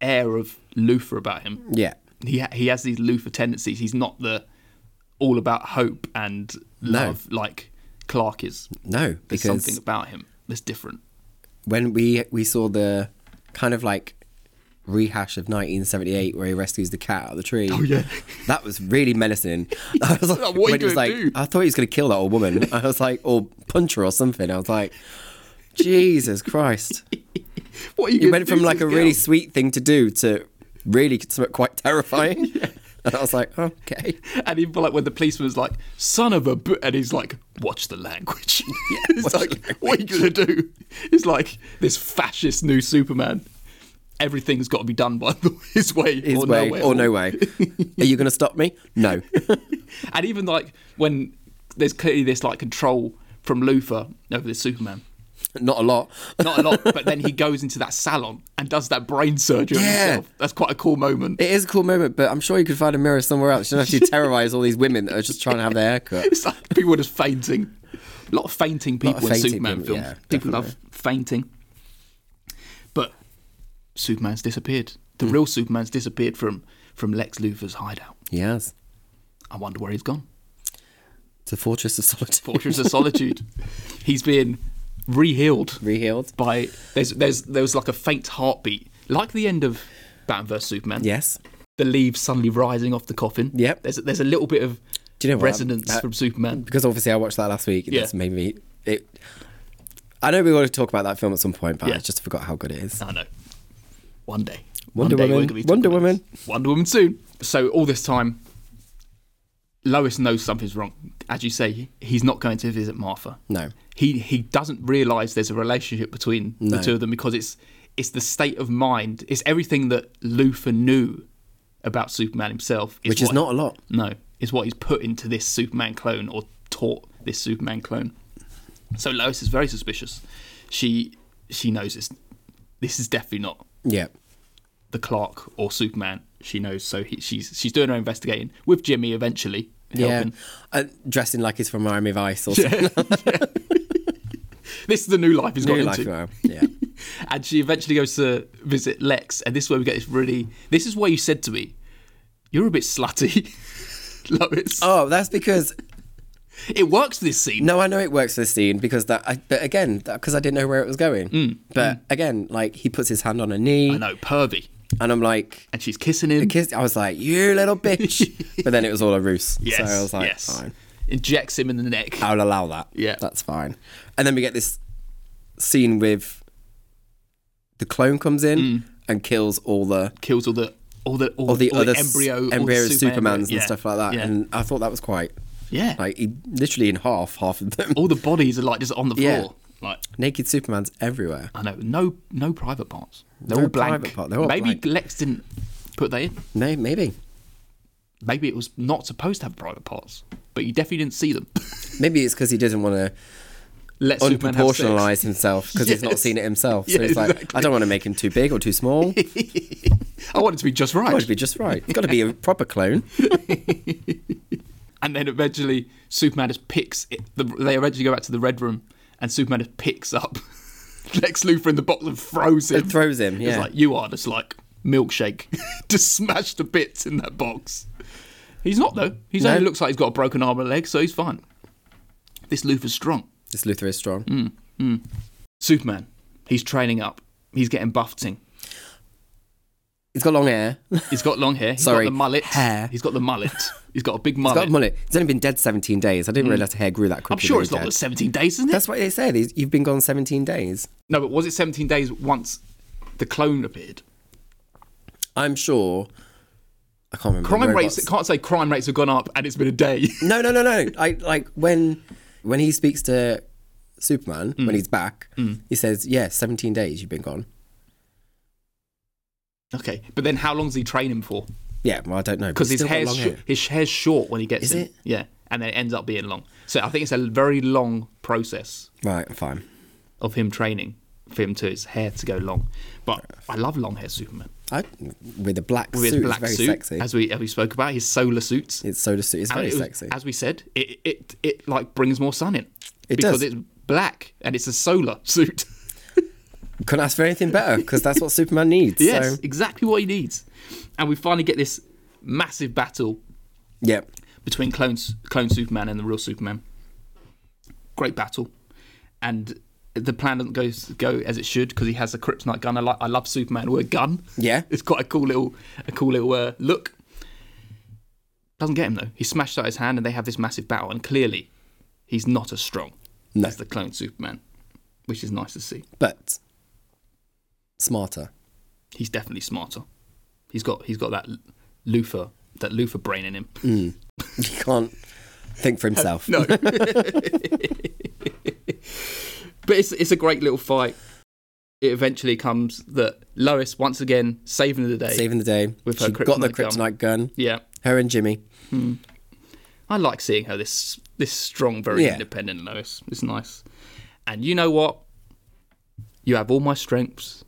air of Luthor about him.
yeah.
He ha- he has these Luthor tendencies. He's not the all about hope and love like Clark is.
No,
There's
because
something about him that's different.
when we we saw the kind of like rehash of 1978 where he rescues the cat out of the tree. Oh
yeah.
that was really menacing. I was like,
Like, what are you
when he was
gonna
like,
do?
I thought he was going to kill that old woman. I was like, or punch her or something. I was like, Jesus Christ!
What are you?
It
gonna
went
do
from
to
like a
this
really
girl?
sweet thing to do to really something quite terrifying. And I was like, okay.
and even like when the policeman's like, "Son of a," b-, and he's like, "Watch the language." it's like, what are you gonna do? It's like this fascist new Superman. Everything's got to be done by the- his way
His
or
way
no way.
or no way. Are you going to stop me? No.
And even like when there's clearly this like control from Luthor over this Superman.
Not a lot.
Not a lot, but then he goes into that salon and does that brain surgery on
Yeah.
himself. That's quite a cool moment.
It is a cool moment, but I'm sure you could find a mirror somewhere else. You don't have to terrorize all these women that are just trying to have their hair cut.
It's like people are just fainting. A lot of fainting people
of
in
fainting
Superman
people,
films.
yeah,
people love fainting. But Superman's disappeared. The
Hmm.
real Superman's disappeared from from Lex Luthor's hideout.
He has.
I wonder where he's gone.
It's a fortress of solitude.
Fortress of Solitude. He's been rehealed
Rehealed.
by there's there's there was like a faint heartbeat, like the end of Batman vs Superman.
Yes.
The leaves suddenly rising off the coffin.
Yep.
There's a, there's a little bit of
Do you know what?
resonance
That-
from Superman.
Because obviously I watched that last week.
Yeah.
It's made me. It, I know we want to talk about that film at some point, but
Yeah.
I just forgot how good it is.
I know. One day.
Wonder
One day
Woman.
we're gonna be
Wonder
talking about
Woman.
this. Wonder Woman soon. So all this time, Lois knows something's wrong. As you say, he's not going to visit Martha.
No.
He he doesn't realise there's a relationship between
No.
the two of them because it's it's the state of mind. It's everything that Luther knew about Superman himself.
Which is
what-
not a lot.
no, is what he's put into this Superman clone or taught this Superman clone. So Lois is very suspicious. She she knows this. This is definitely not
Yeah.
the Clark or Superman. She knows, so he, she's she's doing her investigating with Jimmy eventually.
Yeah.
Helping.
Uh, dressing like he's from Miami Vice or something.
This is the new life he's got
New
into.
life, wow. Yeah.
and she eventually goes to visit Lex, and this is where we get this really. This is where you said to me, "You're a bit slutty, Lois."
Oh, that's because
it works for this scene.
no, I know it works for the scene because that. I, but again, because I didn't know where it was going. But again, like he puts his hand on her knee,
Mm. I know, pervy,
and I'm like,
and she's kissing him.
kiss. I was like, you little bitch. but then it was all a ruse.
Yes.
So I was like,
yes.
fine.
Injects him in the neck.
I'll allow that.
Yeah.
That's fine. And then we get this scene with the clone comes in
Mm.
and kills all the
kills all the all the all,
all the other s-
embryo all
embryo
the
supermans
super embryo-
and
yeah,
stuff like that.
Yeah.
And I thought that was quite
yeah.
like he, literally in half half of them.
all the bodies are like just on the
Yeah.
floor. Like
Naked Supermans everywhere.
I know, no no private parts. They're
No
all blank.
private part, they're all
Maybe
blank.
Lex didn't put that in.
No, maybe.
Maybe it was not supposed to have private parts, but you definitely didn't see them.
Maybe it's because he doesn't want to
Let Superman have sex.
unproportionalize himself because he's not
Yes.
seen it himself. So
Yeah,
he's like,
exactly.
I don't want to make him too big or too small. It
I want it to be just right.
would be just right. It's got to be a proper clone.
And then eventually, Superman just picks. It, the, they eventually go back to the red room, and Superman just picks up Lex Luthor in the box and throws him.
It throws him.
It's
Yeah.
like you are just like milkshake, just smashed to bits in that box. He's not though. He's
No.
only looks like he's got a broken arm and leg, so he's fine. This Luthor's strong.
this Luther is strong.
Mm. Superman, he's training up. He's getting buffeting.
He's got long hair.
He's got long hair. He's
Sorry,
got the mullet.
hair.
He's got the mullet. He's got a big
He's
mullet.
got a mullet. He's only been dead 17 days. I didn't realise hair grew that quickly.
Mm. I'm sure
when
it's
he was
not
dead.
17 days, isn't it?
That's what they say. these- You've been gone 17 days.
No, but was it 17 days once the clone appeared?
I'm sure. I can't remember.
Crime
Robots.
rates. It can't say crime rates have gone up and it's been a day.
No, no, no, no. I like when when he speaks to Superman
Mm.
when he's back. He says, "Yeah, 17 days. You've been gone."
okay, but then how long's he training for?
Yeah. Well, I don't know. but
because
he's
his
still got
hair's
long
sh-
hair.
his hair's short when he gets
Is
in.
it?
Yeah, and then it ends up being long. So I think it's a very long process
Right. Fine.
of him training for him to his hair to go long. But I love long hair Superman
I, with a black
with
suit,
his
it's
black
very
suit,
sexy.
as we as we spoke about his solar suits.
it's soda suit. It's
And
very
it was-
sexy.
As we said, it it it like brings more sun in.
It
because
does.
it's black and it's a solar suit.
Couldn't ask for anything better because that's what Superman needs.
yes,
So,
exactly what he needs. And we finally get this massive battle
yeah.
between clones, clone Superman and the real Superman. Great battle, and the plan doesn't go go as it should because he has a kryptonite gun. I, like, I love Superman with a gun.
Yeah.
it's quite a cool little a cool little uh, look. Doesn't get him though. He smashed out his hand, and they have this massive battle. And clearly, he's not as strong
No.
as the clone Superman, which is nice to see.
But smarter.
He's definitely smarter. He's got he's got that l- Luthor that Luthor brain in him.
He can't think for himself.
No. but it's it's a great little fight. It eventually comes that Lois once again saving the day.
Saving the day.
With her
she got the
kryptonite
kryptonite gun.
yeah.
Her and Jimmy.
I like seeing her this this strong, very
Yeah.
independent Lois. It's nice. And you know what? You have all my strengths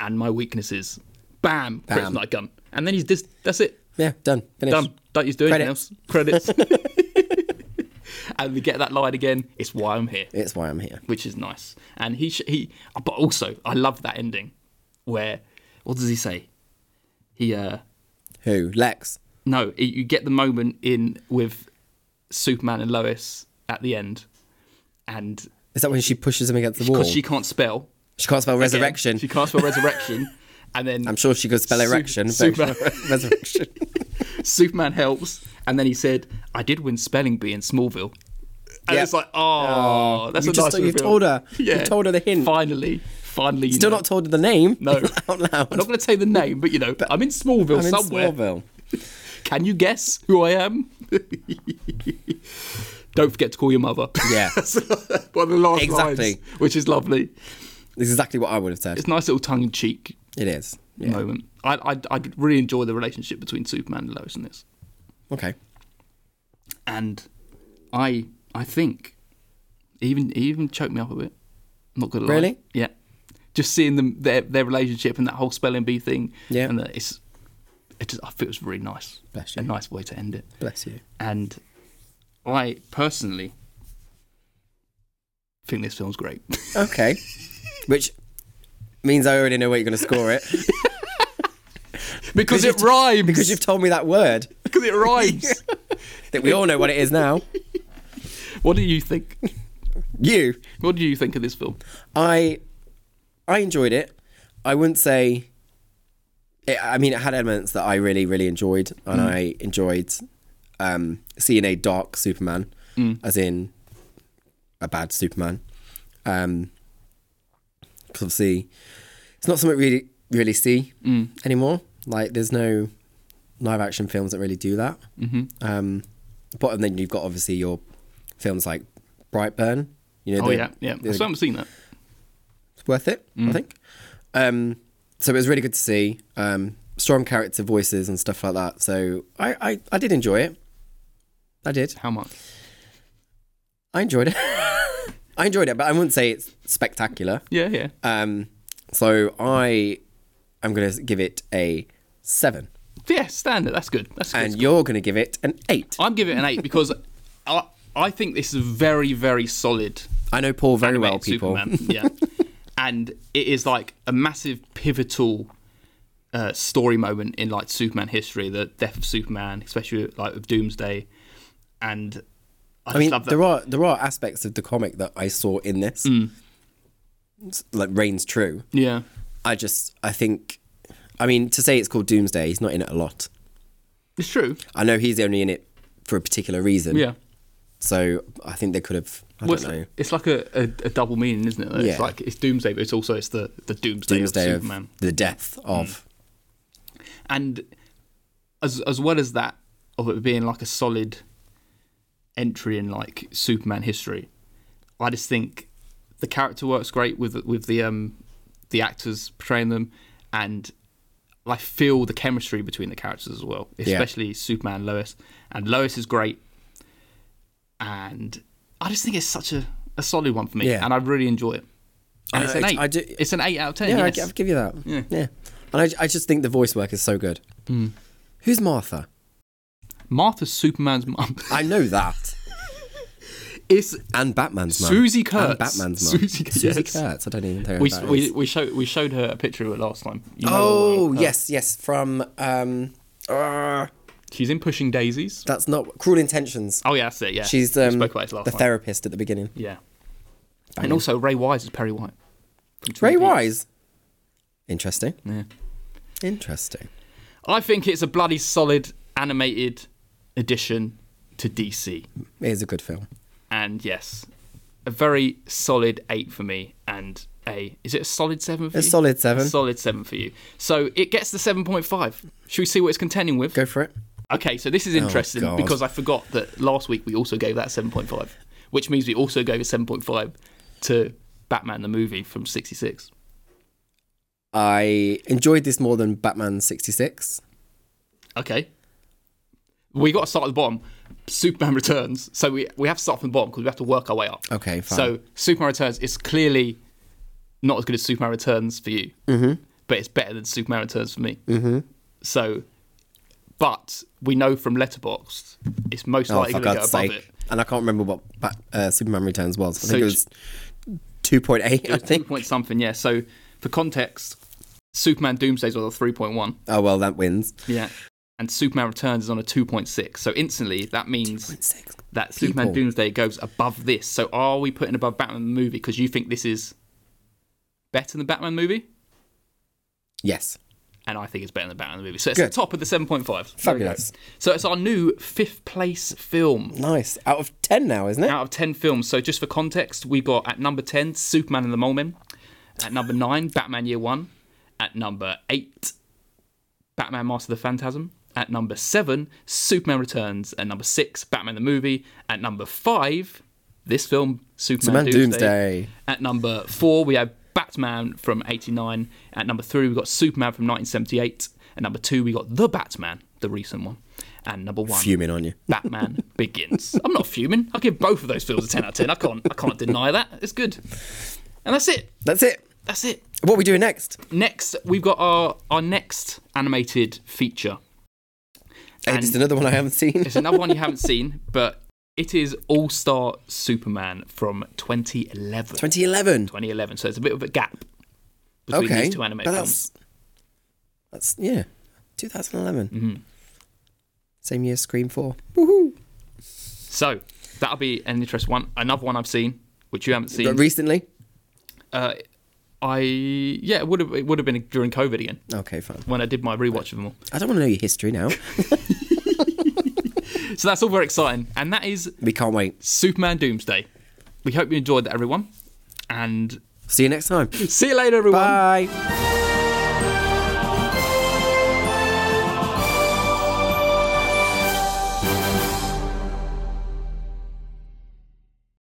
and my weaknesses. Bam,
Bam.
kryptonite gun. And then he's just that's it.
Yeah, done. Finished.
Done. Don't use do anything
Credits.
else. Credits. and we get that line again. It's why I'm here.
It's why I'm here.
which is nice. And he sh- he, but also I love that ending where what does he say? He uh
Who? Lex.
no, it, you get the moment in with Superman and Lois at the end, and
Is that when she pushes him against the wall?
because
She,
she can't spell
can't spell
again,
resurrection.
she can't spell resurrection, and then
I'm sure she could spell
Su-
erection,
Superman.
but resurrection.
Superman helps, and then he said, "I did win spelling bee in Smallville." And
Yeah.
it's like, oh, that's
You
a
just-
nice
you
reveal.
told her- you told her the hint.
Finally, finally. you
Still
know-
not told the name.
No.
out
I'm
loud.
not going to say the name, but you know, I'm in Smallville
I'm in
somewhere.
Smallville.
Can you guess who I am? Don't forget to call your mother.
Yeah.
That's one of the last
Exactly.
lines, which is lovely.
This is exactly what I would have said.
It's a nice little tongue in cheek
It is. Yeah.
moment. I, I I really enjoy the relationship between Superman and Lois in this,
Okay.
and I I think even it even choked me up a bit. I'm not gonna lie.
Really?
Yeah. Just seeing them their their relationship and that whole spelling bee thing.
Yeah.
And that it's it just I feel it was really nice.
Bless
A
you.
nice way to end it.
Bless you.
And I personally think this film's great.
Okay. Which means I already know where you're going to score it
because it
you've-
rhymes.
because you've told me that word
because it rhymes.
that we all know what it is now.
what do you think?
You.
What do you think of this film?
I I enjoyed it. I wouldn't say. It, I mean, it had elements that I really, really enjoyed,
Mm.
and I enjoyed um, seeing a dark Superman,
Mm.
as in a bad Superman. Um, 'cause obviously, it's not something we really, really see
Mm.
anymore. Like, there's no live action films that really do that. Mm-hmm. Um, but and then you've got obviously your films like Brightburn. You know,
Oh
the-
yeah, yeah.
the-
So I haven't seen that.
it's worth it, I think. Um, so it was really good to see um, strong character voices and stuff like that. So I, I, I did enjoy it. I did.
How much?
I enjoyed it. I enjoyed it, but I wouldn't say it's spectacular.
Yeah, yeah.
Um, so I am going to give it a seven,
Yeah, standard. That's good. That's good.
and you're going to give it an eight.
I'm giving it an eight because I I think this is a very very solid
I know Paul very well,
animated
people.
Superman. Yeah, and it is like a massive pivotal uh, story moment in like Superman history, the death of Superman, especially like with Doomsday, and I,
I mean,
just love that.
there are there are aspects of the comic that I saw in this, It's like reigns true.
yeah,
I just, I think, I mean, to say it's called Doomsday, he's not in it a lot.
it's true.
I know he's only in it for a particular reason.
Yeah.
So I think they could have, I
Well,
don't
it's,
know.
it's like a, a, a double meaning, isn't it? It's
Yeah.
like it's Doomsday, but it's also it's the, the Doomsday,
Doomsday
of
of
Superman. Mm.
the death of.
and as as well as that of it being like a solid entry in like Superman history, I just think the character works great with with the um the actors portraying them, and I feel the chemistry between the characters as well, especially Superman and Lois, and Lois is great, and I just think it's such a a solid one for me,
Yeah.
and I really enjoy it. And
Uh,
it's an
I-
eight.
I do-
It's an eight out of ten.
Yeah,
Yeah,
I'd, I'd give you that.
Yeah. Mm.
And I, I just think the voice work is so good. Who's Martha?
Martha's Superman's mum.
I know that.
It's
And Batman's mum.
Susie
And
Kurtz.
Batman's mum.
Susie-
Susie
yes.
Kurtz. I don't even know who
we
that is.
we we showed we showed her a picture of it last time. You know
Oh,
her, uh,
yes, yes. From, um, uh,
she's in Pushing Daisies.
that's not, Cruel Intentions.
Oh yeah, that's it. Yeah,
She's
We
um,
spoke about it last
the Oh,
time.
therapist at the beginning.
yeah, and also Ray Wise is Perry White. from Twin
Ray
Peaks.
Wise. Interesting.
Yeah.
Interesting.
I think it's a bloody solid animated addition to DC,
It is a good film.
and yes, a very solid eight for me. And a is it a solid seven for
A
you?
solid seven.
Solid seven for you. So it gets the seven point five. Should we see what it's contending with?
Go for it.
Okay, so this is interesting
Oh, God.
because I forgot that last week we also gave that 7.5, which means we also gave a 7.5 to Batman the movie from 66.
I enjoyed this more than Batman 66.
Okay. We got to start at the bottom. Superman Returns. So we, we have to start from the bottom because we have to work our way up.
Okay, fine.
So Superman Returns is clearly not as good as Superman Returns for you, mm-hmm. but it's better than Superman Returns for me. Mm-hmm. So, but we know from Letterboxd it's most
oh,
likely
for
going to go
God's
above
sake.
it.
And I can't remember what Bat- uh, Superman Returns was. I
So
think it was 2.8, I
It was two
think.
point something, yeah. So for context, Superman Doomsday's on a three point one.
Oh, well, that wins.
Yeah. And Superman Returns is on a two point six. So instantly that means
Six.
that Superman
People.
Doomsday goes above this. So are we putting above Batman the movie because you think this is better than Batman movie?
Yes.
And I think it's better than Batman the movie. So it's
Good.
the top of the seven point five.
Fabulous.
So it's our new fifth place film.
Nice. Out of 10 now, isn't it?
out of 10 films. So, just for context, we got at number 10, Superman and the Mole Men. At number nine, Batman Year One. At number eight, Batman Master of the Phantasm. At number seven, Superman Returns. At number six, Batman the Movie. At number five, this film, Superman,
Superman Doomsday.
At number four, we have Batman from 89. At number three, we got Superman from 1978. At number two, we got The Batman, the recent one. And number one,
Fuming on you.
Batman Begins. I'm not fuming. I'll give both of those films a 10 out of 10. I can't, I can't deny that. It's good. And that's it.
That's it.
That's it.
What are we doing next?
Next, we've got our, our next animated feature.
Hey,
And-
just another one I haven't seen.
It's another one you haven't seen, but it is All Star Superman from 2011.
2011.
2011. So it's a bit of a gap between
Okay.
these two anime
but
films.
that's, that's, yeah, 2011.
Mm-hmm.
Same year as Scream 4.
So that'll be an interesting one. Another one I've seen, which you haven't
But
seen.
recently?
Uh, I yeah, it would have it would have been during COVID again
Okay, fine.
when I did my rewatch of them all.
I don't want to know your history now.
So that's all very exciting, and that is
we can't wait.
Superman Doomsday. We hope you enjoyed that, everyone, and
See you next time.
see you later, everyone.
Bye.